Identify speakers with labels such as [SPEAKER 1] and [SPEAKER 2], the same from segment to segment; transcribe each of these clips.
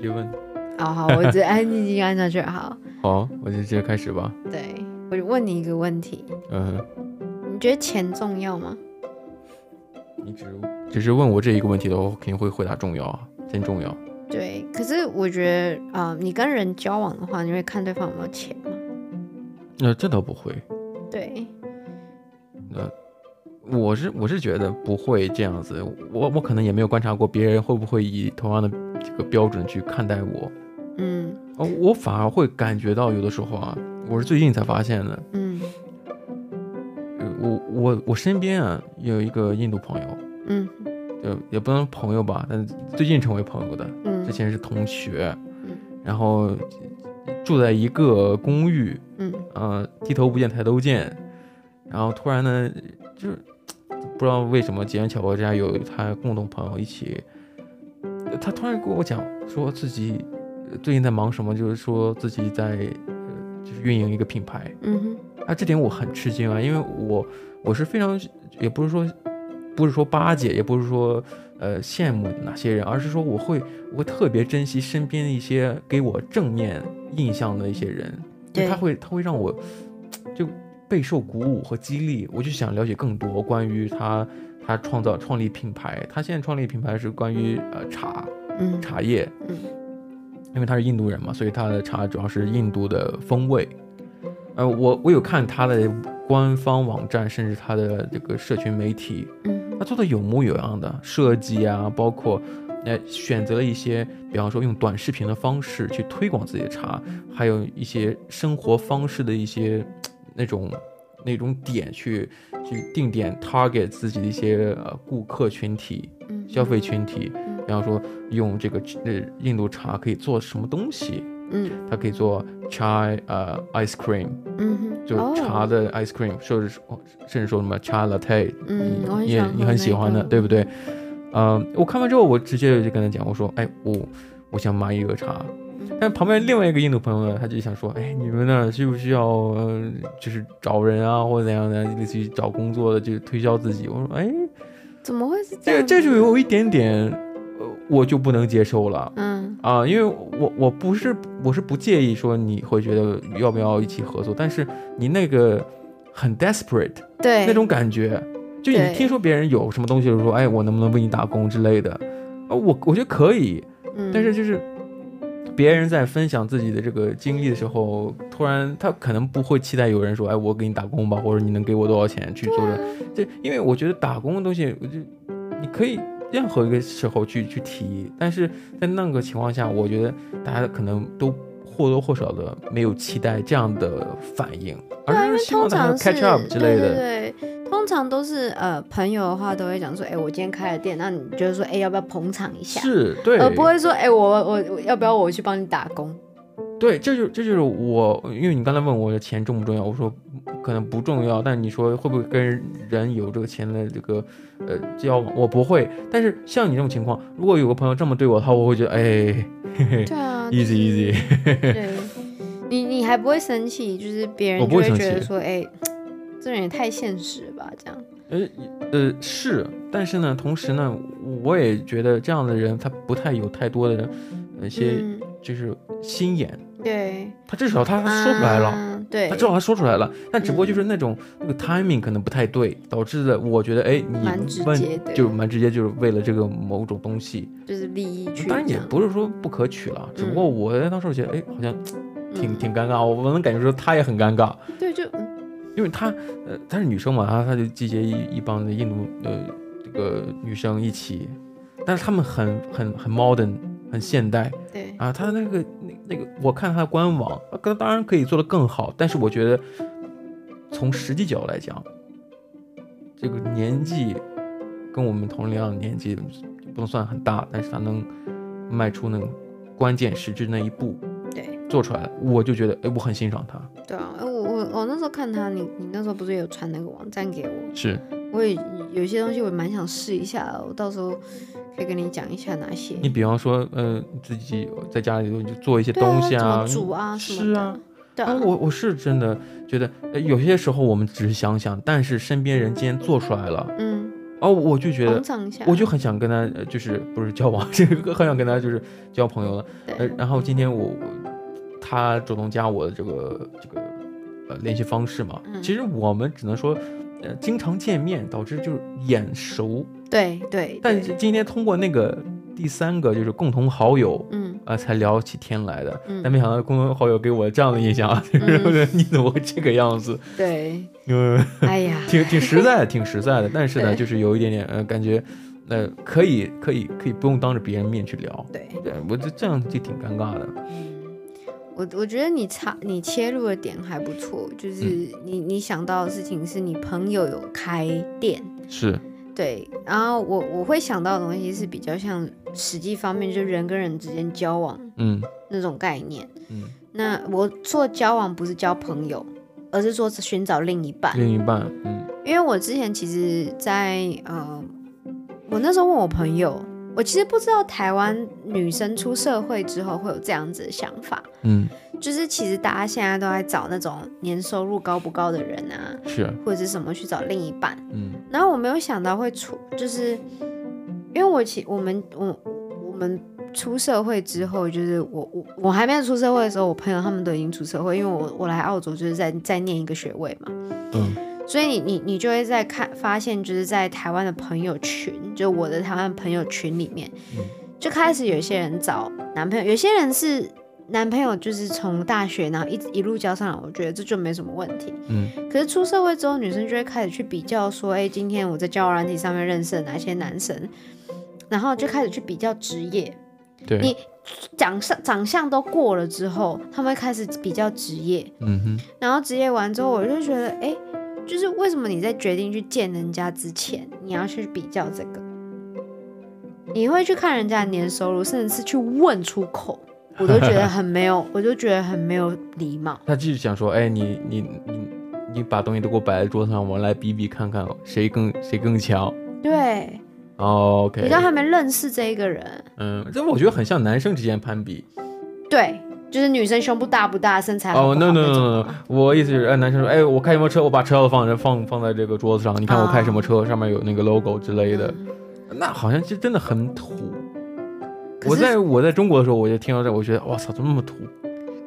[SPEAKER 1] 提问。
[SPEAKER 2] 好好，我直接按静静按下去。好，
[SPEAKER 1] 好，我就直接开始吧。
[SPEAKER 2] 对我就问你一个问题，
[SPEAKER 1] 嗯、
[SPEAKER 2] 你觉得钱重要吗？
[SPEAKER 1] 你只只是问我这一个问题的话，我肯定会回答重要啊，真重要。
[SPEAKER 2] 对，可是我觉得啊、呃你跟人交往的话，你会看对方有没有钱吗？
[SPEAKER 1] 那、呃这倒不会。
[SPEAKER 2] 对，
[SPEAKER 1] 那、我是我是觉得不会这样子。我我可能也没有观察过别人会不会以同样的这个标准去看待我。
[SPEAKER 2] 嗯
[SPEAKER 1] 哦，我反而会感觉到有的时候啊，我是最近才发现的。
[SPEAKER 2] 嗯
[SPEAKER 1] 呃我我我身边啊有一个印度朋友，
[SPEAKER 2] 嗯
[SPEAKER 1] 就也不能朋友吧，但最近成为朋友的，之
[SPEAKER 2] 嗯
[SPEAKER 1] 前是同学
[SPEAKER 2] 嗯，
[SPEAKER 1] 然后住在一个公寓，
[SPEAKER 2] 嗯
[SPEAKER 1] 呃，低头不见抬头见，然后突然呢，就是不知道为什么机缘巧合之下有他共同朋友一起，呃他突然跟我讲说自己呃最近在忙什么，就是说自己在呃就是运营一个品牌，
[SPEAKER 2] 嗯哼
[SPEAKER 1] 啊，这点我很吃惊啊，因为我我是非常，也不是说不是说巴结，也不是说呃羡慕哪些人，而是说我会我会特别珍惜身边一些给我正面印象的一些人，就
[SPEAKER 2] 对
[SPEAKER 1] 他会他会让我就备受鼓舞和激励，我就想了解更多关于他他创造创立品牌，他现在创立品牌是关于呃茶
[SPEAKER 2] 嗯
[SPEAKER 1] 茶叶，
[SPEAKER 2] 嗯
[SPEAKER 1] 因为他是印度人嘛，所以他的茶主要是印度的风味。呃，我我有看他的官方网站，甚至他的这个社群媒体，
[SPEAKER 2] 嗯
[SPEAKER 1] 他做的有模有样的设计啊，包括呃选择了一些，比方说用短视频的方式去推广自己的茶，还有一些生活方式的一些嘖那种那种点去去定点 target 自己的一些呃顾客群体，
[SPEAKER 2] 嗯
[SPEAKER 1] 消费群体
[SPEAKER 2] 嗯，
[SPEAKER 1] 比方说用这个呃印度茶可以做什么东西，
[SPEAKER 2] 嗯
[SPEAKER 1] 它可以做 chai 呃 ice cream，
[SPEAKER 2] 嗯哼，
[SPEAKER 1] 就是茶
[SPEAKER 2] 哦
[SPEAKER 1] 的 ice cream，、甚至说哦甚至说什么 chai latte，
[SPEAKER 2] 嗯
[SPEAKER 1] 你
[SPEAKER 2] 我很
[SPEAKER 1] 你
[SPEAKER 2] 喜
[SPEAKER 1] 也
[SPEAKER 2] 欢
[SPEAKER 1] 你
[SPEAKER 2] 喝
[SPEAKER 1] 很
[SPEAKER 2] 那
[SPEAKER 1] 喜欢的，
[SPEAKER 2] 个
[SPEAKER 1] 对不对？嗯，我看完之后，我直接就跟他讲，我说，哎，我我想买一个茶。但旁边另外一个印度朋友呢，他就想说，哎，你们那儿需不需要，呃，就是找人啊，或者怎样的，类似于找工作的，就推销自己。我说，哎，
[SPEAKER 2] 怎么会是这
[SPEAKER 1] 这
[SPEAKER 2] 样？
[SPEAKER 1] 这就有一点点，呃，我就不能接受了
[SPEAKER 2] 嗯
[SPEAKER 1] 啊、因为我我不是我是不介意说你会觉得要不要一起合作，但是你那个很 desperate
[SPEAKER 2] 对
[SPEAKER 1] 那种感觉，就你
[SPEAKER 2] 对
[SPEAKER 1] 听说别人有什么东西，就说哎，我能不能为你打工之类的，啊，我我觉得可以，
[SPEAKER 2] 嗯
[SPEAKER 1] 但是就是。别人在分享自己的这个经历的时候，突然他可能不会期待有人说：“哎，我给你打工吧，或者你能给我多少钱去做这这因为我觉得打工的东西，我就你可以任何一个时候去去提，但是在那个情况下，我觉得大家可能都或多或少的没有期待这样的反应，
[SPEAKER 2] 对啊，
[SPEAKER 1] 而
[SPEAKER 2] 因为
[SPEAKER 1] 是希望他
[SPEAKER 2] 通常
[SPEAKER 1] 能
[SPEAKER 2] 是
[SPEAKER 1] catch up 之类
[SPEAKER 2] 对
[SPEAKER 1] 的。
[SPEAKER 2] 对对，通常都是呃朋友的话都会讲说，哎、我今天开了店，那你就是说，哎、要不要捧场一下？
[SPEAKER 1] 是，对，
[SPEAKER 2] 而不会说，哎、我我我要不要我去帮你打工？
[SPEAKER 1] 对，这就这就是我，因为你刚才问我的钱重不重要，我说可能不重要，但你说会不会跟人有这个钱的这个呃交往，我不会。但是像你这种情况，如果有个朋友这么对我的话，我会觉得哎
[SPEAKER 2] 对啊
[SPEAKER 1] easy easy。
[SPEAKER 2] 对，你你还不会生气，就是别
[SPEAKER 1] 我
[SPEAKER 2] 人
[SPEAKER 1] 不会
[SPEAKER 2] 就会
[SPEAKER 1] 生
[SPEAKER 2] 觉得
[SPEAKER 1] 气
[SPEAKER 2] 说，哎、这人也太现实了吧，这样。
[SPEAKER 1] 呃呃是，但是呢，同时呢，我也觉得这样的人他不太有太多的呃一些
[SPEAKER 2] 嗯，
[SPEAKER 1] 就是心眼，
[SPEAKER 2] 对，
[SPEAKER 1] 他至少他说出来了，
[SPEAKER 2] 啊、对，
[SPEAKER 1] 他至少他说出来了，但只不过就是那种、那个 timing 可能不太对，导致的我觉得哎你
[SPEAKER 2] 蛮直接
[SPEAKER 1] 问
[SPEAKER 2] 的
[SPEAKER 1] 就蛮直接，就是为了这个某种东西，
[SPEAKER 2] 就是利益
[SPEAKER 1] 当
[SPEAKER 2] 去这
[SPEAKER 1] 然也
[SPEAKER 2] 样，
[SPEAKER 1] 不是说不可取了，只不过
[SPEAKER 2] 嗯
[SPEAKER 1] 我当时我觉得哎好像挺
[SPEAKER 2] 嗯
[SPEAKER 1] 挺尴尬，我能感觉说他也很尴尬，
[SPEAKER 2] 对，就嗯
[SPEAKER 1] 因为她呃她是女生嘛，她她就集结一一帮的印度呃这个女生一起，但是她们很很很 modern 很现代
[SPEAKER 2] 对，
[SPEAKER 1] 啊，她的那个那那个我看她的官网，呃可当然可以做得更好，但是我觉得从实际角度来讲，这个年纪啊跟我们同龄的年纪不能算很大，但是她能迈出那个关键实质那一步
[SPEAKER 2] 对，
[SPEAKER 1] 做出来，我就觉得哎我很欣赏她，
[SPEAKER 2] 对啊，哎，我我我那时候看他，你你那时候不是有传那个网站给我？
[SPEAKER 1] 是
[SPEAKER 2] 我也有些东西我蛮想试一下的，我到时候可以跟你讲一下哪些。
[SPEAKER 1] 你比方说，呃，自己在家里头就做一些
[SPEAKER 2] 对啊
[SPEAKER 1] 东西
[SPEAKER 2] 怎么
[SPEAKER 1] 啊，
[SPEAKER 2] 煮啊什么
[SPEAKER 1] 是
[SPEAKER 2] 的
[SPEAKER 1] 啊，
[SPEAKER 2] 对
[SPEAKER 1] 哎，
[SPEAKER 2] 啊，
[SPEAKER 1] 我我是真的觉得，呃有些时候我们只是想想，但是身边人今天做出来了，
[SPEAKER 2] 嗯，
[SPEAKER 1] 哦，我就觉得
[SPEAKER 2] 捧，场一下，
[SPEAKER 1] 我就很想跟他，呃就是不是交往， 这个很想跟他就是交朋友了。呃
[SPEAKER 2] 对，，
[SPEAKER 1] 然后今天我我他主动加我的这个这个呃联系方式嘛，
[SPEAKER 2] 嗯
[SPEAKER 1] 其实我们只能说。呃，经常见面导致就是眼熟，
[SPEAKER 2] 对对，
[SPEAKER 1] 但
[SPEAKER 2] 对
[SPEAKER 1] 是今天通过那个第三个就是共同好友，
[SPEAKER 2] 嗯
[SPEAKER 1] 啊，才聊起天来的。
[SPEAKER 2] 嗯
[SPEAKER 1] 但没想到公众好友给我这样的印象啊， 就是你怎么会这个样子？
[SPEAKER 2] 对，
[SPEAKER 1] 嗯，
[SPEAKER 2] 哎呀，
[SPEAKER 1] 挺挺实在的，挺实在的。但是呢，
[SPEAKER 2] 对
[SPEAKER 1] 就是有一点点呃，感觉呃，可以可以可以不用当着别人面去聊。
[SPEAKER 2] 对，
[SPEAKER 1] 对我就这样就挺尴尬的。
[SPEAKER 2] 嗯我我觉得你插你切入的点还不错，就是
[SPEAKER 1] 嗯
[SPEAKER 2] 你你想到的事情是你朋友有开店，
[SPEAKER 1] 是，
[SPEAKER 2] 对，然后我我会想到的东西是比较像实际方面，就人跟人之间交往
[SPEAKER 1] 嗯
[SPEAKER 2] 那种概念。
[SPEAKER 1] 嗯，
[SPEAKER 2] 那我做交往不是交朋友，而是说寻找另一半，
[SPEAKER 1] 另一半，嗯
[SPEAKER 2] 因为我之前其实在，呃，我那时候问我朋友，我其实不知道台湾女生出社会之后会有这样子的想法，
[SPEAKER 1] 嗯
[SPEAKER 2] 就是其实大家现在都在找那种年收入高不高的人啊，
[SPEAKER 1] 是，
[SPEAKER 2] 或者是什么去找另一半。
[SPEAKER 1] 嗯
[SPEAKER 2] 然后我没有想到会出，就是因为我其我们我我们出社会之后，就是我我我还没有出社会的时候，我朋友他们都已经出社会，因为我我来澳洲就是在在念一个学位嘛，
[SPEAKER 1] 嗯
[SPEAKER 2] 所以你你你就会在看发现，就是在台湾的朋友群，就我的台湾朋友群里面，
[SPEAKER 1] 嗯
[SPEAKER 2] 就开始有些人找男朋友，有些人是男朋友就是从大学然后一直一路交上来，我觉得这就没什么问题。
[SPEAKER 1] 嗯
[SPEAKER 2] 可是出社会之后，女生就会开始去比较说，哎，今天我在交友软体上面认识了哪些男生，然后就开始去比较职业，
[SPEAKER 1] 对
[SPEAKER 2] 你，长相长相都过了之后，他们会开始比较职业，
[SPEAKER 1] 嗯哼，
[SPEAKER 2] 然后职业完之后，我就觉得，哎、就是为什么你在决定去见人家之前，你要去比较这个？你会去看人家的年收入，甚至是去问出口，我都觉得很没有，我就觉得很没有礼貌。
[SPEAKER 1] 他就是想说，哎，你你你你把东西都给我摆在桌上，我们来比比看看谁更谁更强。
[SPEAKER 2] 对，
[SPEAKER 1] 哦
[SPEAKER 2] 你
[SPEAKER 1] OK，
[SPEAKER 2] 都还没认识这一个人，
[SPEAKER 1] 嗯，这我觉得很像男生之间攀比。
[SPEAKER 2] 对，就是女生胸部大不大，身材好不好
[SPEAKER 1] 哦、n o
[SPEAKER 2] 那
[SPEAKER 1] no no
[SPEAKER 2] 种
[SPEAKER 1] no，no，我意思是，哎，男生说，哎，我开什么车，我把车钥匙放放放在这个桌子上，你看我开什么车，上面有那个 logo 之类的，
[SPEAKER 2] 嗯
[SPEAKER 1] 那好像就真的很土。
[SPEAKER 2] 可
[SPEAKER 1] 我
[SPEAKER 2] 是
[SPEAKER 1] 在我在中国的时候，我就听到这，我觉得哇操，怎么那么土？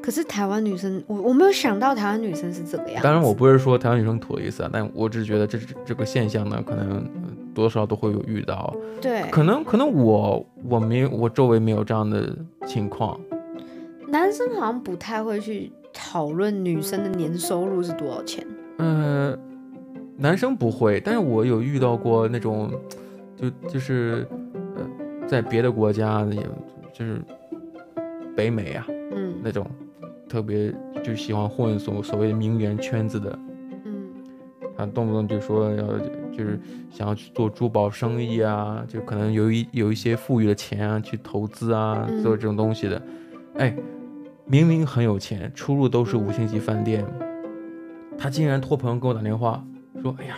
[SPEAKER 2] 可是台湾女生，我我没有想到台湾女生是这个样子。
[SPEAKER 1] 当然，我不是说台湾女生土的意思啊，但我只是觉得这这这个现象呢，可能呃多少都会有遇到，
[SPEAKER 2] 对
[SPEAKER 1] 可能可能我我没有我周围没有这样的情况，
[SPEAKER 2] 男生好像不太会去讨论女生的年收入是多少钱。
[SPEAKER 1] 呃，男生不会，但是我有遇到过那种，就就是呃，在别的国家也就是北美啊
[SPEAKER 2] 嗯
[SPEAKER 1] 那种，特别就喜欢混所所谓名媛圈子的，
[SPEAKER 2] 嗯
[SPEAKER 1] 啊，动不动就说要就是想要去做珠宝生意啊，就可能有一有一些富裕的钱啊去投资啊，
[SPEAKER 2] 嗯
[SPEAKER 1] 做这种东西的，哎，明明很有钱，出入都是五星级饭店，他竟然托朋友给我打电话说，哎呀，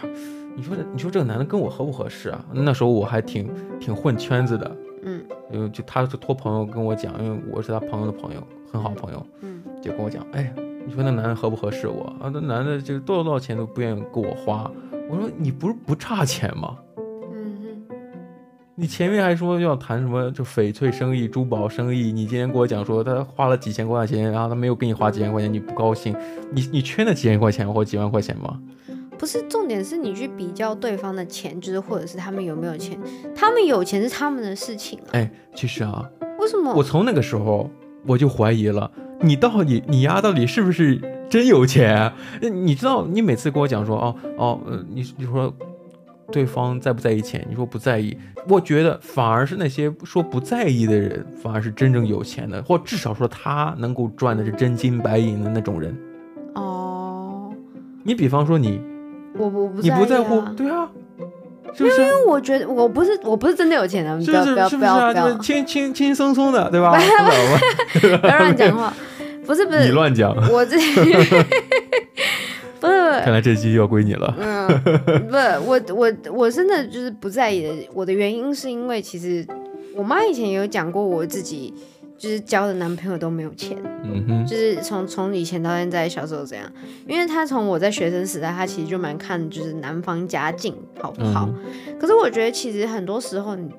[SPEAKER 1] 你说这你说这个男的跟我合不合适啊？那时候我还挺挺混圈子的，
[SPEAKER 2] 嗯
[SPEAKER 1] 就就他就托朋友跟我讲，因为我是他朋友的朋友，很好朋友，
[SPEAKER 2] 嗯
[SPEAKER 1] 就跟我讲，哎，你说那男的合不合适我啊？那男的就多少多少钱都不愿意给我花。我说你不是不差钱吗？
[SPEAKER 2] 嗯哼，
[SPEAKER 1] 你前面还说要谈什么就翡翠生意、珠宝生意，你今天跟我讲说他花了几千块钱，然后他没有给你花几千块钱，你不高兴，你你缺那几千块钱或几万块钱吗？
[SPEAKER 2] 不是，重点是你去比较对方的钱，就是或者是他们有没有钱，他们有钱是他们的事情啊，
[SPEAKER 1] 哎，其实啊，
[SPEAKER 2] 为什么？
[SPEAKER 1] 我从那个时候我就怀疑了，你到底你丫到底是不是真有钱、呃你知道，你每次跟我讲说，哦哦，呃，你你说对方在不在意钱？你说不在意，我觉得反而是那些说不在意的人，反而是真正有钱的，或至少说他能够赚的是真金白银的那种人。
[SPEAKER 2] 哦，
[SPEAKER 1] 你比方说你，
[SPEAKER 2] 我我不
[SPEAKER 1] 你不
[SPEAKER 2] 意啊嗯
[SPEAKER 1] 在乎，对啊，是不是啊？
[SPEAKER 2] 因为我觉得我不是我不是真的有钱的，
[SPEAKER 1] 是不
[SPEAKER 2] 不要
[SPEAKER 1] 是
[SPEAKER 2] 不要
[SPEAKER 1] 是
[SPEAKER 2] 不
[SPEAKER 1] 不是啊？
[SPEAKER 2] 要不
[SPEAKER 1] 就是
[SPEAKER 2] 要
[SPEAKER 1] 轻轻轻松松的， 对吧？不
[SPEAKER 2] 不要乱讲话， 不是不
[SPEAKER 1] 你
[SPEAKER 2] 是，
[SPEAKER 1] 乱讲，
[SPEAKER 2] 我这 不是。
[SPEAKER 1] 看来这期要归你了。
[SPEAKER 2] 嗯，不，我我我真的就是不在意的。我的原因是因为其实我妈以前有讲过，我自己就是交的男朋友都没有钱，
[SPEAKER 1] 嗯哼，
[SPEAKER 2] 就是从从以前到现在小时候这样，因为他从我在学生时代，他其实就蛮看就是男方家境好不好，
[SPEAKER 1] 嗯
[SPEAKER 2] 可是我觉得其实很多时候你。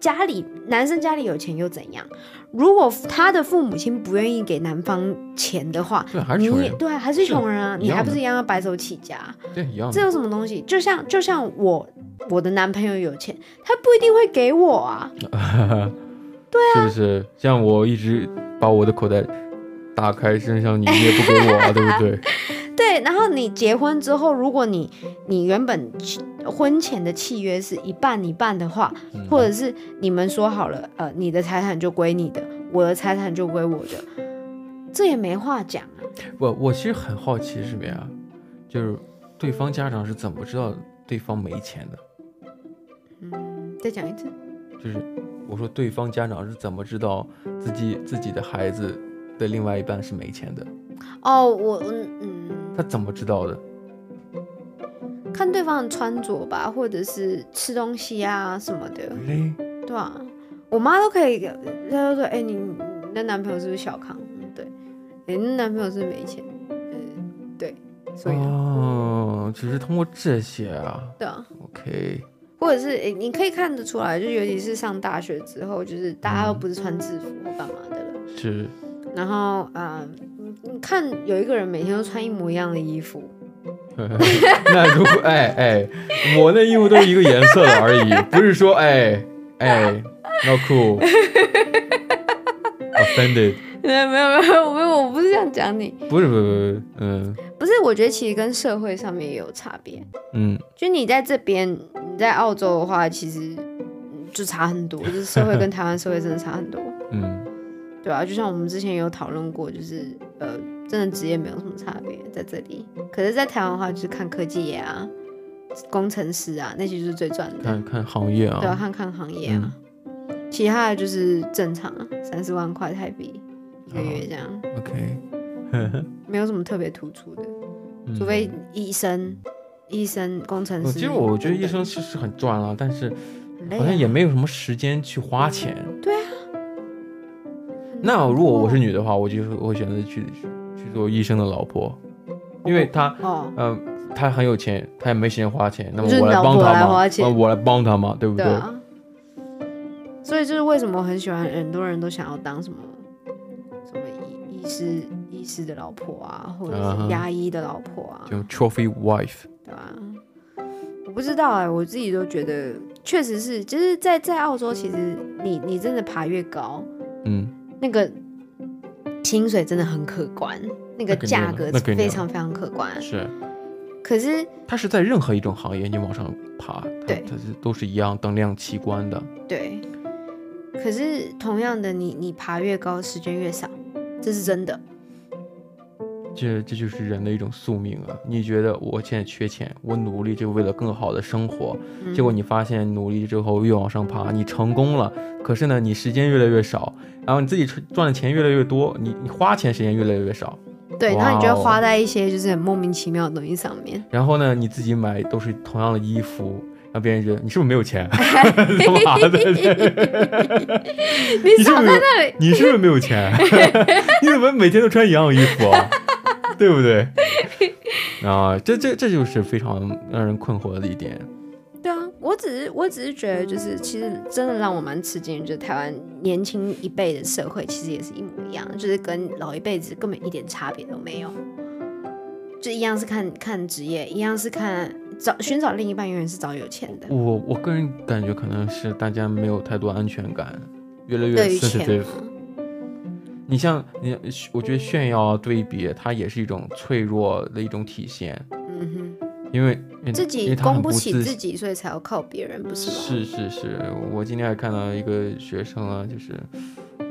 [SPEAKER 2] 家里男生家里有钱又怎样？如果他的父母亲不愿意给男方钱的话，
[SPEAKER 1] 对，还是
[SPEAKER 2] 你
[SPEAKER 1] 穷
[SPEAKER 2] 也
[SPEAKER 1] 人，
[SPEAKER 2] 对啊还是
[SPEAKER 1] 是
[SPEAKER 2] 穷人啊，
[SPEAKER 1] 一
[SPEAKER 2] 你
[SPEAKER 1] 样
[SPEAKER 2] 还不
[SPEAKER 1] 的嗯
[SPEAKER 2] 是一样要白手起家？啊
[SPEAKER 1] 对，一样
[SPEAKER 2] 这
[SPEAKER 1] 的，
[SPEAKER 2] 有什么东西？就像就像我我的男朋友有钱，他不一定会给我啊。
[SPEAKER 1] 对啊，是不是？像我一直把我的口袋打开，身上你也不给我啊，对不对？
[SPEAKER 2] 对，然后你结婚之后，如果你你原本契婚前的契约是一半一半的话，
[SPEAKER 1] 嗯
[SPEAKER 2] 或者是你们说好了，呃，你的财产就归你的，我的财产就归我的，这也没话讲啊。
[SPEAKER 1] 我我其实很好奇是什么呀？就是对方家长是怎么知道对方没钱的？
[SPEAKER 2] 嗯，再讲一次，
[SPEAKER 1] 就是我说对方家长是怎么知道自己自己的孩子的另外一半是没钱的？
[SPEAKER 2] 哦，我嗯嗯，
[SPEAKER 1] 他怎么知道的？
[SPEAKER 2] 看对方的穿着吧，或者是吃东西啊什么的。
[SPEAKER 1] 嘞，
[SPEAKER 2] 对啊，我妈都可以，她就说：“哎、你你的男朋友是不是小康？”嗯，对。哎、你的男朋友是不是没钱？嗯，对。所以啊，
[SPEAKER 1] 哦，只是通过这些啊
[SPEAKER 2] 对啊，
[SPEAKER 1] ，OK，
[SPEAKER 2] 或者是、哎，你可以看得出来，就尤其是上大学之后，就是大家都不是穿制服或干嘛的了。
[SPEAKER 1] 是
[SPEAKER 2] 然后啊、呃你你看有一个人每天都穿一模一样的衣服，
[SPEAKER 1] 那如果哎哎，我那衣服都是一个颜色的而已， 不是说哎哎，not cool，offended，
[SPEAKER 2] 没有没有没有 没有，我不是这样讲你，
[SPEAKER 1] 不是不是不是，嗯
[SPEAKER 2] 不是，我觉得其实跟社会上面也有差别。
[SPEAKER 1] 嗯，
[SPEAKER 2] 就你在这边，你在澳洲的话，其实嗯就差很多，就是社会跟台湾社会真的差很多，
[SPEAKER 1] 嗯，
[SPEAKER 2] 对啊，就像我们之前有讨论过，就是呃，真的职业没有什么差别在这里。可是，在台湾的话，就是看科技业啊、工程师啊，那些就是最赚的，
[SPEAKER 1] 看看行嗯业
[SPEAKER 2] 对啊，
[SPEAKER 1] 啊，
[SPEAKER 2] 看看行业啊。其他的就是正常啊，三十万块台币一个
[SPEAKER 1] 哦
[SPEAKER 2] 月这样，
[SPEAKER 1] ，OK，
[SPEAKER 2] 没有什么特别突出的，
[SPEAKER 1] 嗯
[SPEAKER 2] 除非医生、医生、工程
[SPEAKER 1] 嗯
[SPEAKER 2] 师。
[SPEAKER 1] 其实我觉得医
[SPEAKER 2] 等
[SPEAKER 1] 生是是很赚了，但是
[SPEAKER 2] 等很累啊
[SPEAKER 1] 好像也没有什么时间去花钱。
[SPEAKER 2] 对
[SPEAKER 1] 啊。那如果我是
[SPEAKER 2] 哦
[SPEAKER 1] 女的话，我就会我会选择去去做医生的老婆，因为她，
[SPEAKER 2] 哦，
[SPEAKER 1] 嗯、她很有钱，她也没时间花钱，那么
[SPEAKER 2] 就是
[SPEAKER 1] 我来
[SPEAKER 2] 老
[SPEAKER 1] 帮
[SPEAKER 2] 婆来
[SPEAKER 1] 她
[SPEAKER 2] 花
[SPEAKER 1] 嘛，
[SPEAKER 2] 钱
[SPEAKER 1] 那我来帮她嘛，对不
[SPEAKER 2] 对
[SPEAKER 1] 对？
[SPEAKER 2] 啊。所以就是为什么我很喜欢，很多人都想要当什么什么医医师、医师的老婆啊，或者
[SPEAKER 1] 啊
[SPEAKER 2] 是
[SPEAKER 1] 哈
[SPEAKER 2] 牙医的老婆啊，
[SPEAKER 1] 就 trophy wife，
[SPEAKER 2] 对吧、我不知道哎、我自己都觉得确实是，就是在在澳洲，其实你你真的爬越高，
[SPEAKER 1] 嗯，
[SPEAKER 2] 那个薪水真的很可观，
[SPEAKER 1] 那肯
[SPEAKER 2] 那个
[SPEAKER 1] 定的
[SPEAKER 2] 价格
[SPEAKER 1] 那肯定的
[SPEAKER 2] 非常非常可观。
[SPEAKER 1] 是，
[SPEAKER 2] 可是
[SPEAKER 1] 她是在任何一种行业你往上爬，她
[SPEAKER 2] 对
[SPEAKER 1] 她是都是一样等量齐观的，
[SPEAKER 2] 对，可是同样的你，你爬越高，时间越少，这是真的。
[SPEAKER 1] 这这就是人的一种宿命啊！你觉得我现在缺钱，我努力就为了更好的生活，
[SPEAKER 2] 嗯
[SPEAKER 1] 结果你发现努力之后越往上爬，你成功了，可是呢，你时间越来越少，然后你自己赚赚的钱越来越多，你你花钱时间越来越少，
[SPEAKER 2] 对，然后你
[SPEAKER 1] 哇
[SPEAKER 2] 就会
[SPEAKER 1] 哦
[SPEAKER 2] 花在一些就是很莫名其妙的东西上 面。
[SPEAKER 1] 然后呢，你自己买都是同样的衣服，让别人觉得你是不是没有 钱？干嘛的？
[SPEAKER 2] 你
[SPEAKER 1] 是
[SPEAKER 2] 少
[SPEAKER 1] 不
[SPEAKER 2] 在
[SPEAKER 1] 是
[SPEAKER 2] 那里，
[SPEAKER 1] 你是不是没有钱？ 你怎么每天都穿一样的衣服啊？对不对？啊，这这这就是非常让人困惑的一点。
[SPEAKER 2] 对啊，我只是我只是觉得，就是其实真的让我蛮吃惊，就是台湾年轻一辈的社会其实也是一模一样，就是跟老一辈子根本一点差别都没有，就一样是看看职业，一样是看找寻找另一半，永远是找有钱的。
[SPEAKER 1] 我我个人感觉可能是大家没有太多安全感，越来越
[SPEAKER 2] 对于钱
[SPEAKER 1] sensitive
[SPEAKER 2] 嘛。，
[SPEAKER 1] 你像你，我觉得炫耀啊对比，它也是一种脆弱的一种体现，
[SPEAKER 2] 嗯哼，
[SPEAKER 1] 因为因为
[SPEAKER 2] 自
[SPEAKER 1] 因
[SPEAKER 2] 己
[SPEAKER 1] 为它
[SPEAKER 2] 供
[SPEAKER 1] 很
[SPEAKER 2] 不
[SPEAKER 1] 不
[SPEAKER 2] 起
[SPEAKER 1] 自
[SPEAKER 2] 自己，所以才要靠别人，不是吗？
[SPEAKER 1] 是是是，我今天还看到一个学生啊，就是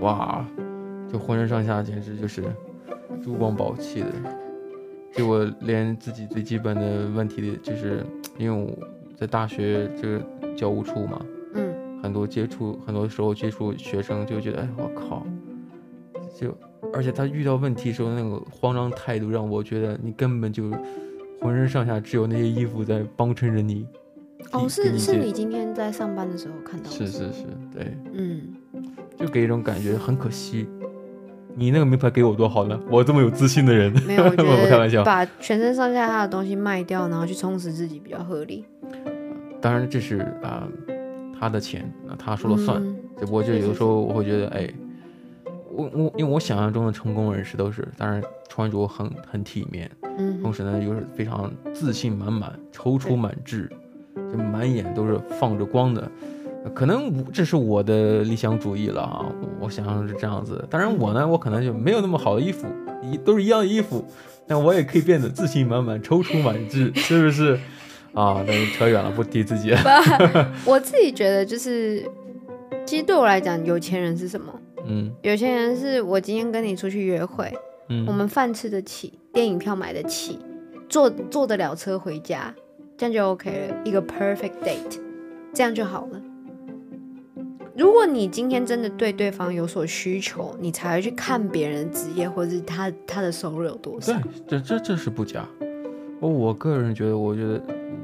[SPEAKER 1] 哇，就浑身上下简直就是珠光宝气的，结果连自己最基本的问题，就是因为我在大学这个教务处嘛，
[SPEAKER 2] 嗯，
[SPEAKER 1] 很多接触，很多时候接触学生就觉得，哎，我靠，就而且他遇到问题时候那种慌张态度，让我觉得你根本就浑身上下只有那些衣服在帮衬着你。
[SPEAKER 2] 哦，
[SPEAKER 1] 给
[SPEAKER 2] 是
[SPEAKER 1] 你
[SPEAKER 2] 是
[SPEAKER 1] 这
[SPEAKER 2] 你今天在上班的时候看到的，
[SPEAKER 1] 是是是，对，
[SPEAKER 2] 嗯，
[SPEAKER 1] 就给一种感觉很可惜。你那个名牌给我多好呢，我这么有自信的人，
[SPEAKER 2] 没 有，我觉
[SPEAKER 1] 我
[SPEAKER 2] 得
[SPEAKER 1] 开玩笑。
[SPEAKER 2] 把全身上下他的东西卖掉，然后去充实自己比较合理。
[SPEAKER 1] 当然这是啊、他的钱，那他说了算。
[SPEAKER 2] 嗯
[SPEAKER 1] 只不过就是有
[SPEAKER 2] 是
[SPEAKER 1] 时候我会觉得，哎，我我因为我想象中的成功人士都是，当然穿着很很体面，
[SPEAKER 2] 嗯
[SPEAKER 1] 同
[SPEAKER 2] 哼，
[SPEAKER 1] 时呢又是非常自信满满、踌躇
[SPEAKER 2] 对
[SPEAKER 1] 满志，就满眼都是放着光的。可能我这是我的理想主义了啊，我我想象是这样子的。当然我呢，我可能就没有那么好的衣服，一都是一样的衣服，但我也可以变得自信满满、踌躇满志，是不是？啊，那扯远了，不提自己。
[SPEAKER 2] 我自己觉得就是，其实对我来讲，有钱人是什么？
[SPEAKER 1] 嗯
[SPEAKER 2] 有钱人是我今天跟你出去约会，我
[SPEAKER 1] 嗯，
[SPEAKER 2] 们饭吃得起，电影票买得起，坐坐得了车回家，这样就 OK 了，一个 perfect date，这样就好了。如果你今天真的对对方有所需求，你才会去看别人的职业或者是他他的收入有多少
[SPEAKER 1] 对。，这这这是不假。我我个人觉得，我觉得嗯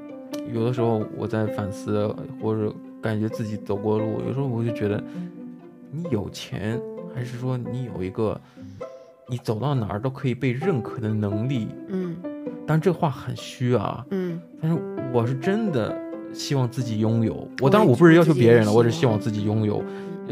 [SPEAKER 1] 有的时候我在反思，或者感觉自己走过的路，有时候我就觉得，你有钱，还是说你有一个你走到哪儿都可以被认可的能力？
[SPEAKER 2] 嗯
[SPEAKER 1] 但这话很虚啊，
[SPEAKER 2] 嗯，
[SPEAKER 1] 但是我是真的希望自己拥有。
[SPEAKER 2] 我
[SPEAKER 1] 我当然
[SPEAKER 2] 也
[SPEAKER 1] 我不是
[SPEAKER 2] 我
[SPEAKER 1] 要
[SPEAKER 2] 自
[SPEAKER 1] 求
[SPEAKER 2] 己
[SPEAKER 1] 别
[SPEAKER 2] 也
[SPEAKER 1] 人了，我只
[SPEAKER 2] 希
[SPEAKER 1] 希望
[SPEAKER 2] 望
[SPEAKER 1] 自己拥有。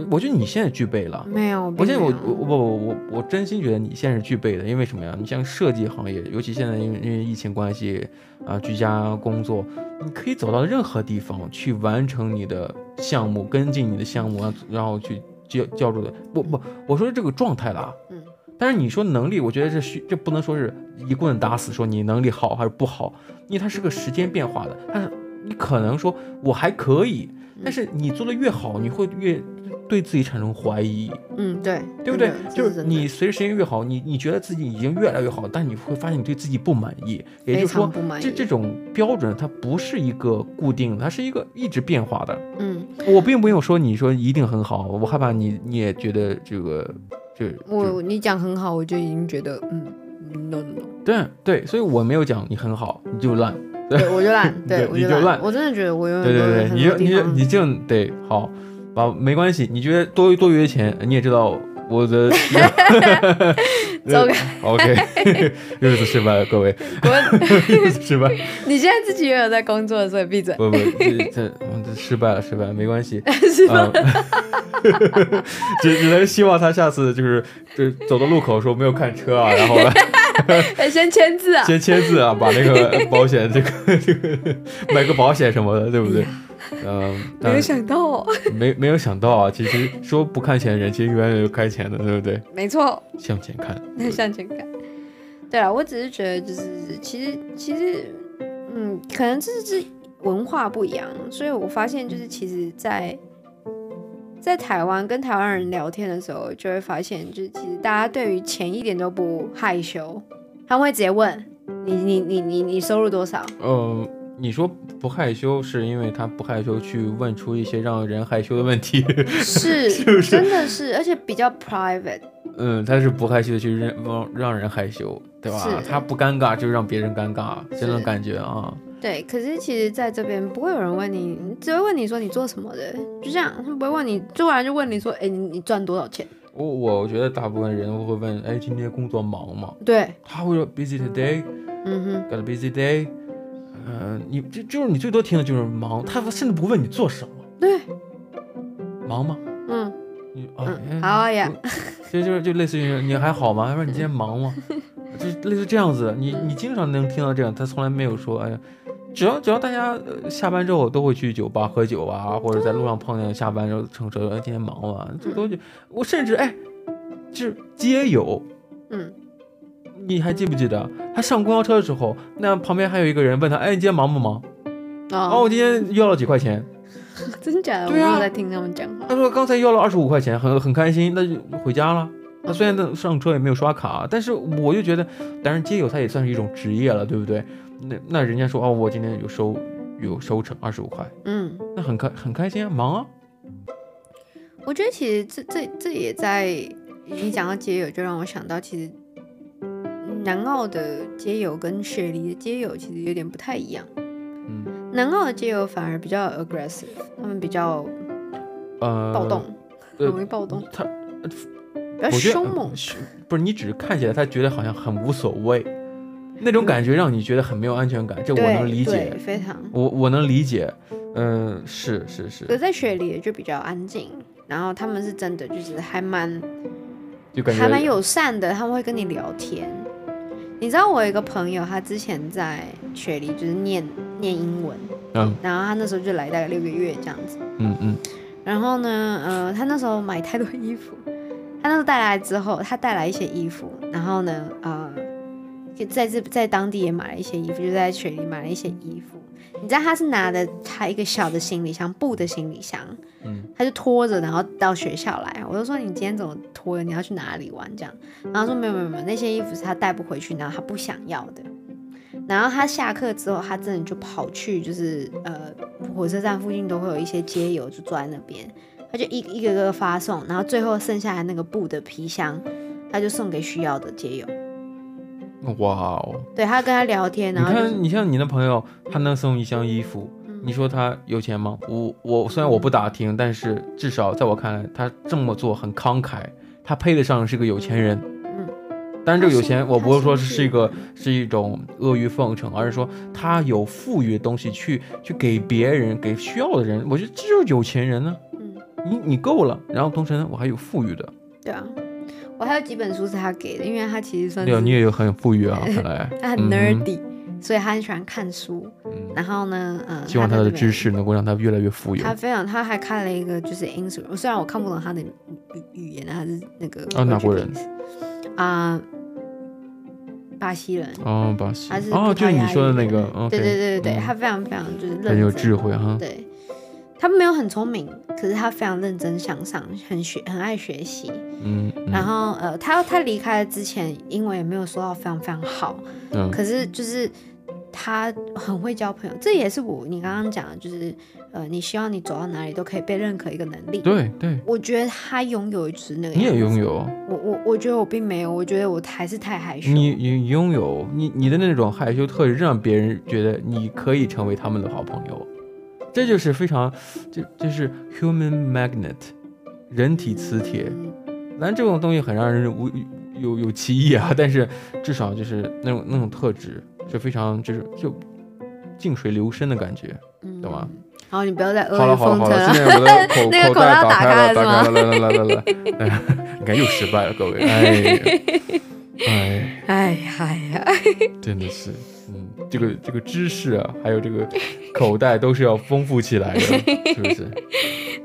[SPEAKER 1] 我觉得你现在具备了，
[SPEAKER 2] 没有，
[SPEAKER 1] 我
[SPEAKER 2] 并
[SPEAKER 1] 现在
[SPEAKER 2] 没
[SPEAKER 1] 我
[SPEAKER 2] 有
[SPEAKER 1] 我我不我我我真心觉得你现在是具备的，因为什么呀？你像设计行业，尤其现在因为因为疫情关系啊、居家工作，你可以走到任何地方去完成你的项目，跟进你的项目，然后然后去教教助的。不不，我说这个状态啦。
[SPEAKER 2] 嗯。
[SPEAKER 1] 但是你说能力，我觉得这需这不能说是一棍打死，说你能力好还是不好，因为它是个时间变化的。它是你可能说我还可以，但是你做的越好，你会越对自己产生怀疑。
[SPEAKER 2] 嗯对，
[SPEAKER 1] 对不
[SPEAKER 2] 真
[SPEAKER 1] 对
[SPEAKER 2] 的？这
[SPEAKER 1] 就是是
[SPEAKER 2] 真的
[SPEAKER 1] 你随着时间越好，你你觉得自己已经越来越好，但你会发现你对自己不满意，也
[SPEAKER 2] 非
[SPEAKER 1] 就是
[SPEAKER 2] 常
[SPEAKER 1] 说，
[SPEAKER 2] 不满
[SPEAKER 1] 这
[SPEAKER 2] 意，
[SPEAKER 1] 这种标准它不是一个固定的，它是一个一直变化的。
[SPEAKER 2] 嗯，
[SPEAKER 1] 我并没有说你说一定很好，我害怕你你也觉得这个这这
[SPEAKER 2] 我你讲很好，我就已经觉得嗯，no no no，
[SPEAKER 1] 对对，所以我没有讲你很好，你就烂，
[SPEAKER 2] 对，我就烂，
[SPEAKER 1] 对
[SPEAKER 2] 对，我
[SPEAKER 1] 你就
[SPEAKER 2] 烂，
[SPEAKER 1] 烂
[SPEAKER 2] 我真的觉得我永
[SPEAKER 1] 对
[SPEAKER 2] 远都有
[SPEAKER 1] 对对，
[SPEAKER 2] 嗯很
[SPEAKER 1] 你
[SPEAKER 2] 多
[SPEAKER 1] 就你
[SPEAKER 2] 地
[SPEAKER 1] 就
[SPEAKER 2] 方
[SPEAKER 1] 你就得好，啊，没关系，你觉得多多余的钱，你也知道我的
[SPEAKER 2] 糟糕，
[SPEAKER 1] OK，又一次失败了，各位，
[SPEAKER 2] 滚！
[SPEAKER 1] 又一 次失败。
[SPEAKER 2] 你现在自己也有在工作，所以闭嘴。
[SPEAKER 1] 不不， 这这嗯这失败了，失败了，没关系，
[SPEAKER 2] 是吧？
[SPEAKER 1] 嗯， 只只能希望他下次就是就是走到路口说没有看车啊，然后呢
[SPEAKER 2] 哎，先签字啊！
[SPEAKER 1] 先签字啊，把那个保险这个这个买个保险什么的，对不对？嗯，
[SPEAKER 2] 哎没
[SPEAKER 1] 但
[SPEAKER 2] 有
[SPEAKER 1] 是
[SPEAKER 2] 想到哦，
[SPEAKER 1] 没没有想到啊，其实说不看钱，人其实永远有看钱的，对不对？
[SPEAKER 2] 没错，
[SPEAKER 1] 向前看，
[SPEAKER 2] 那向前看。对啊，我只是觉得，就是其实其实，嗯，可能这是文化不一样，所以我发现就是其实在，在台湾跟台湾人聊天的时候，就会发现，就是其实大家对于钱一点都不害羞，他们会直接问你你你你你收入多少？
[SPEAKER 1] 嗯。你说不害羞，是因为他不害羞去问出一些让人害羞的问题，
[SPEAKER 2] 是，
[SPEAKER 1] 是不是
[SPEAKER 2] 真的是，而且比较 private。
[SPEAKER 1] 嗯，他是不害羞的去让让让人害羞，对吧？
[SPEAKER 2] 是
[SPEAKER 1] 他不尴尬就让别人尴尬，这种
[SPEAKER 2] 是
[SPEAKER 1] 感觉啊，
[SPEAKER 2] 对，可是其实在这边不会有人问你，只会问你说你做什么的，就这样，他们不会问你，做完就问你说，哎、你你赚多少钱？
[SPEAKER 1] 我我觉得大部分人会问，哎，今天工作忙吗？
[SPEAKER 2] 对，
[SPEAKER 1] 他会说 busy today,
[SPEAKER 2] 嗯哼，
[SPEAKER 1] got a busy day。嗯、你就就是你最多听的就是忙，他甚至不问你做什么，
[SPEAKER 2] 对，
[SPEAKER 1] 忙吗？
[SPEAKER 2] 嗯
[SPEAKER 1] 你啊，哎
[SPEAKER 2] 嗯，好啊呀，
[SPEAKER 1] 就就是就类似于你还好吗？他说你今天忙吗？ 就类似这样子，你你经常能听到这样，他从来没有说哎呀，只要只要大家呃下班之后都会去酒吧喝酒啊，或者在路上碰见下班之后乘车，哎今天忙吗？这都就我甚至哎，就是街友，
[SPEAKER 2] 嗯，
[SPEAKER 1] 你还记不记得他上公交车的时候，那旁边还有一个人问他，哎，你今天忙不忙？哦，
[SPEAKER 2] 哦，
[SPEAKER 1] 我今天要了几块钱。
[SPEAKER 2] 真假的，我
[SPEAKER 1] 对
[SPEAKER 2] 没
[SPEAKER 1] 啊
[SPEAKER 2] 有在听他们讲话，
[SPEAKER 1] 他说刚才要了二十五块钱，很很开心，那就回家了。他虽然他上车也没有刷卡，但是我就觉得，当然街友他也算是一种职业了，对不对？那那人家说哦，我今天有收有收成二十五块，
[SPEAKER 2] 嗯，
[SPEAKER 1] 那很开很开心啊，忙啊，
[SPEAKER 2] 我觉得其实这这这也在你讲到街友，就让我想到其实南澳的街友跟雪梨的街友其实有点不太一样，
[SPEAKER 1] 嗯
[SPEAKER 2] 南澳的街友反而比较 aggressive，他们比较
[SPEAKER 1] 呃
[SPEAKER 2] 暴动。
[SPEAKER 1] 呃
[SPEAKER 2] 容易暴动，
[SPEAKER 1] 他
[SPEAKER 2] 比较
[SPEAKER 1] 我觉得
[SPEAKER 2] 凶
[SPEAKER 1] 嗯
[SPEAKER 2] 猛。
[SPEAKER 1] 是不是你只是看起来他觉得好像很无所谓，那种感觉让你觉得很没有安全感，这我
[SPEAKER 2] 对
[SPEAKER 1] 能理
[SPEAKER 2] 对
[SPEAKER 1] 解，
[SPEAKER 2] 非常。
[SPEAKER 1] 我我能理解，嗯、是是
[SPEAKER 2] 可
[SPEAKER 1] 是，
[SPEAKER 2] 在雪梨就比较安静，然后他们是真的就是还蛮
[SPEAKER 1] 就感
[SPEAKER 2] 还蛮
[SPEAKER 1] 觉
[SPEAKER 2] 友善的，他们会跟你聊天。你知道我有一个朋友，他之前在雪梨就是念念英文，
[SPEAKER 1] 嗯
[SPEAKER 2] 然后他那时候就来大概六个月这样子。
[SPEAKER 1] 嗯嗯，
[SPEAKER 2] 然后呢，呃，他那时候买太多衣服， 他那时候带来之后，他带来一些衣服，然后呢，呃，就在这在当地也买了一些衣服，就在雪梨买了一些衣服。你知道他是拿着他一个小的行李箱，布的行李箱，
[SPEAKER 1] 嗯，
[SPEAKER 2] 他就拖着，然后到学校来。我就说你今天怎么拖着？你要去哪里玩？这样，然后他说没有没有没有，那些衣服是他带不回去，然后他不想要的。然后他下课之后，他真的就跑去，就是呃，火车站附近都会有一些街友，就坐在那边，他就一一个个发送，然后最后剩下来那个布的皮箱，他就送给需要的街友。
[SPEAKER 1] 哇哦，
[SPEAKER 2] 对他跟他聊天，
[SPEAKER 1] 你
[SPEAKER 2] 然后就是嗯
[SPEAKER 1] 看你像你的朋友，他能送一箱衣服，你说他有钱吗？我我虽然我不打听，但是至少在我看来，他这么做很慷慨，他配得上是个有钱人。
[SPEAKER 2] 嗯，
[SPEAKER 1] 但是这个有钱，
[SPEAKER 2] 他是
[SPEAKER 1] 我不是说
[SPEAKER 2] 他
[SPEAKER 1] 是
[SPEAKER 2] 是
[SPEAKER 1] 是一个是一种阿谀奉承，而是说他有富裕的东西去去给别人，给需要的人。我觉得这就是有钱人呢、
[SPEAKER 2] 嗯，
[SPEAKER 1] 你你够了，然后同时呢，我还有富裕的。
[SPEAKER 2] 对啊，我还有几本书是他给的，因为他其实算
[SPEAKER 1] 对啊，
[SPEAKER 2] 是
[SPEAKER 1] 你也有很富裕啊，看来。
[SPEAKER 2] 他嗯
[SPEAKER 1] 嗯
[SPEAKER 2] 很 nerdy，、所以他很喜欢看书。
[SPEAKER 1] 嗯
[SPEAKER 2] 然后呢，嗯，
[SPEAKER 1] 希望他
[SPEAKER 2] 在
[SPEAKER 1] 的
[SPEAKER 2] 那边
[SPEAKER 1] 知识能够让他越来越富有。
[SPEAKER 2] 他非常，他还看了一个就是 Instagram，虽然我看不懂他的语语言，他是那个
[SPEAKER 1] 啊哪国人
[SPEAKER 2] Portuguese 啊、巴西人，
[SPEAKER 1] 哦，巴西
[SPEAKER 2] 嗯他是
[SPEAKER 1] 哦，
[SPEAKER 2] 葡
[SPEAKER 1] 就是
[SPEAKER 2] 萄
[SPEAKER 1] 你
[SPEAKER 2] 牙
[SPEAKER 1] 说的
[SPEAKER 2] 语
[SPEAKER 1] 那
[SPEAKER 2] 的
[SPEAKER 1] 个，OK，
[SPEAKER 2] 对对对对对，
[SPEAKER 1] 嗯
[SPEAKER 2] 他非常非常就是认真，
[SPEAKER 1] 很有智慧哈。
[SPEAKER 2] 对，他没有很聪明，可是他非常认真向上，很学很爱学习。
[SPEAKER 1] 嗯，嗯
[SPEAKER 2] 然后呃，他他离开之前，英文也没有说到非常非常好，
[SPEAKER 1] 嗯
[SPEAKER 2] 可是就是他很会交朋友，这也是我你刚刚讲的，就是呃，你希望你走到哪里都可以被认可一个能力。
[SPEAKER 1] 对对，
[SPEAKER 2] 我觉得他拥有就是那个，
[SPEAKER 1] 你也拥。有，
[SPEAKER 2] 我我我觉得我并没有，我觉得我还是太害羞。
[SPEAKER 1] 你你拥有，你你的那种害羞特质让别人觉得你可以成为他们的好朋友，这就是非常，这这是 human magnet，人体磁铁。
[SPEAKER 2] 嗯
[SPEAKER 1] 咱这种东西很让人无有有歧义啊，但是至少就是那种那种特质是非常就是就静水流深的感觉。
[SPEAKER 2] 嗯
[SPEAKER 1] 懂吗？
[SPEAKER 2] 然后你不要再阿
[SPEAKER 1] 好了
[SPEAKER 2] 谀
[SPEAKER 1] 好了
[SPEAKER 2] 奉
[SPEAKER 1] 好
[SPEAKER 2] 承
[SPEAKER 1] 了，
[SPEAKER 2] 了。
[SPEAKER 1] 现在我的口
[SPEAKER 2] 啊那个
[SPEAKER 1] 口
[SPEAKER 2] 口
[SPEAKER 1] 袋
[SPEAKER 2] 袋
[SPEAKER 1] 打
[SPEAKER 2] 打
[SPEAKER 1] 开了，
[SPEAKER 2] 开了
[SPEAKER 1] 打
[SPEAKER 2] 是
[SPEAKER 1] 开了，来来来来来，哎你看又失败了，各位，哎 哎，
[SPEAKER 2] 哎嗨呀，
[SPEAKER 1] 真的是，嗯，这个这个知识啊，还有这个口袋都是要丰富起来的，是不是？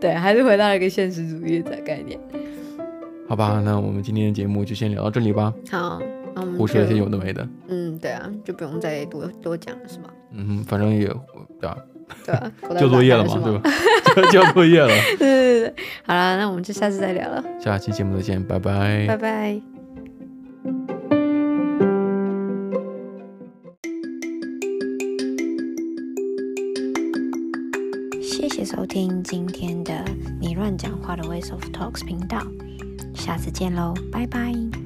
[SPEAKER 2] 对，还是回到了一个现实主义的概念。
[SPEAKER 1] 好吧，那我们今天的节目就先聊到这里吧，
[SPEAKER 2] 好，那我们
[SPEAKER 1] 胡说一些
[SPEAKER 2] 就
[SPEAKER 1] 有的没的，
[SPEAKER 2] 嗯，对啊，就不用再多多讲了，是吗？
[SPEAKER 1] 嗯，反正也对吧？
[SPEAKER 2] 对啊，口袋
[SPEAKER 1] 交作业了嘛，
[SPEAKER 2] 打开
[SPEAKER 1] 对
[SPEAKER 2] 是吗
[SPEAKER 1] 吧？ 交交作业了，
[SPEAKER 2] 对对对对，好啦，那我们就下次再聊了，
[SPEAKER 1] 下期节目再见，拜
[SPEAKER 2] 拜拜。谢谢收听今天的你乱讲话的 Ways of Talks 频道，下次见喽，拜拜。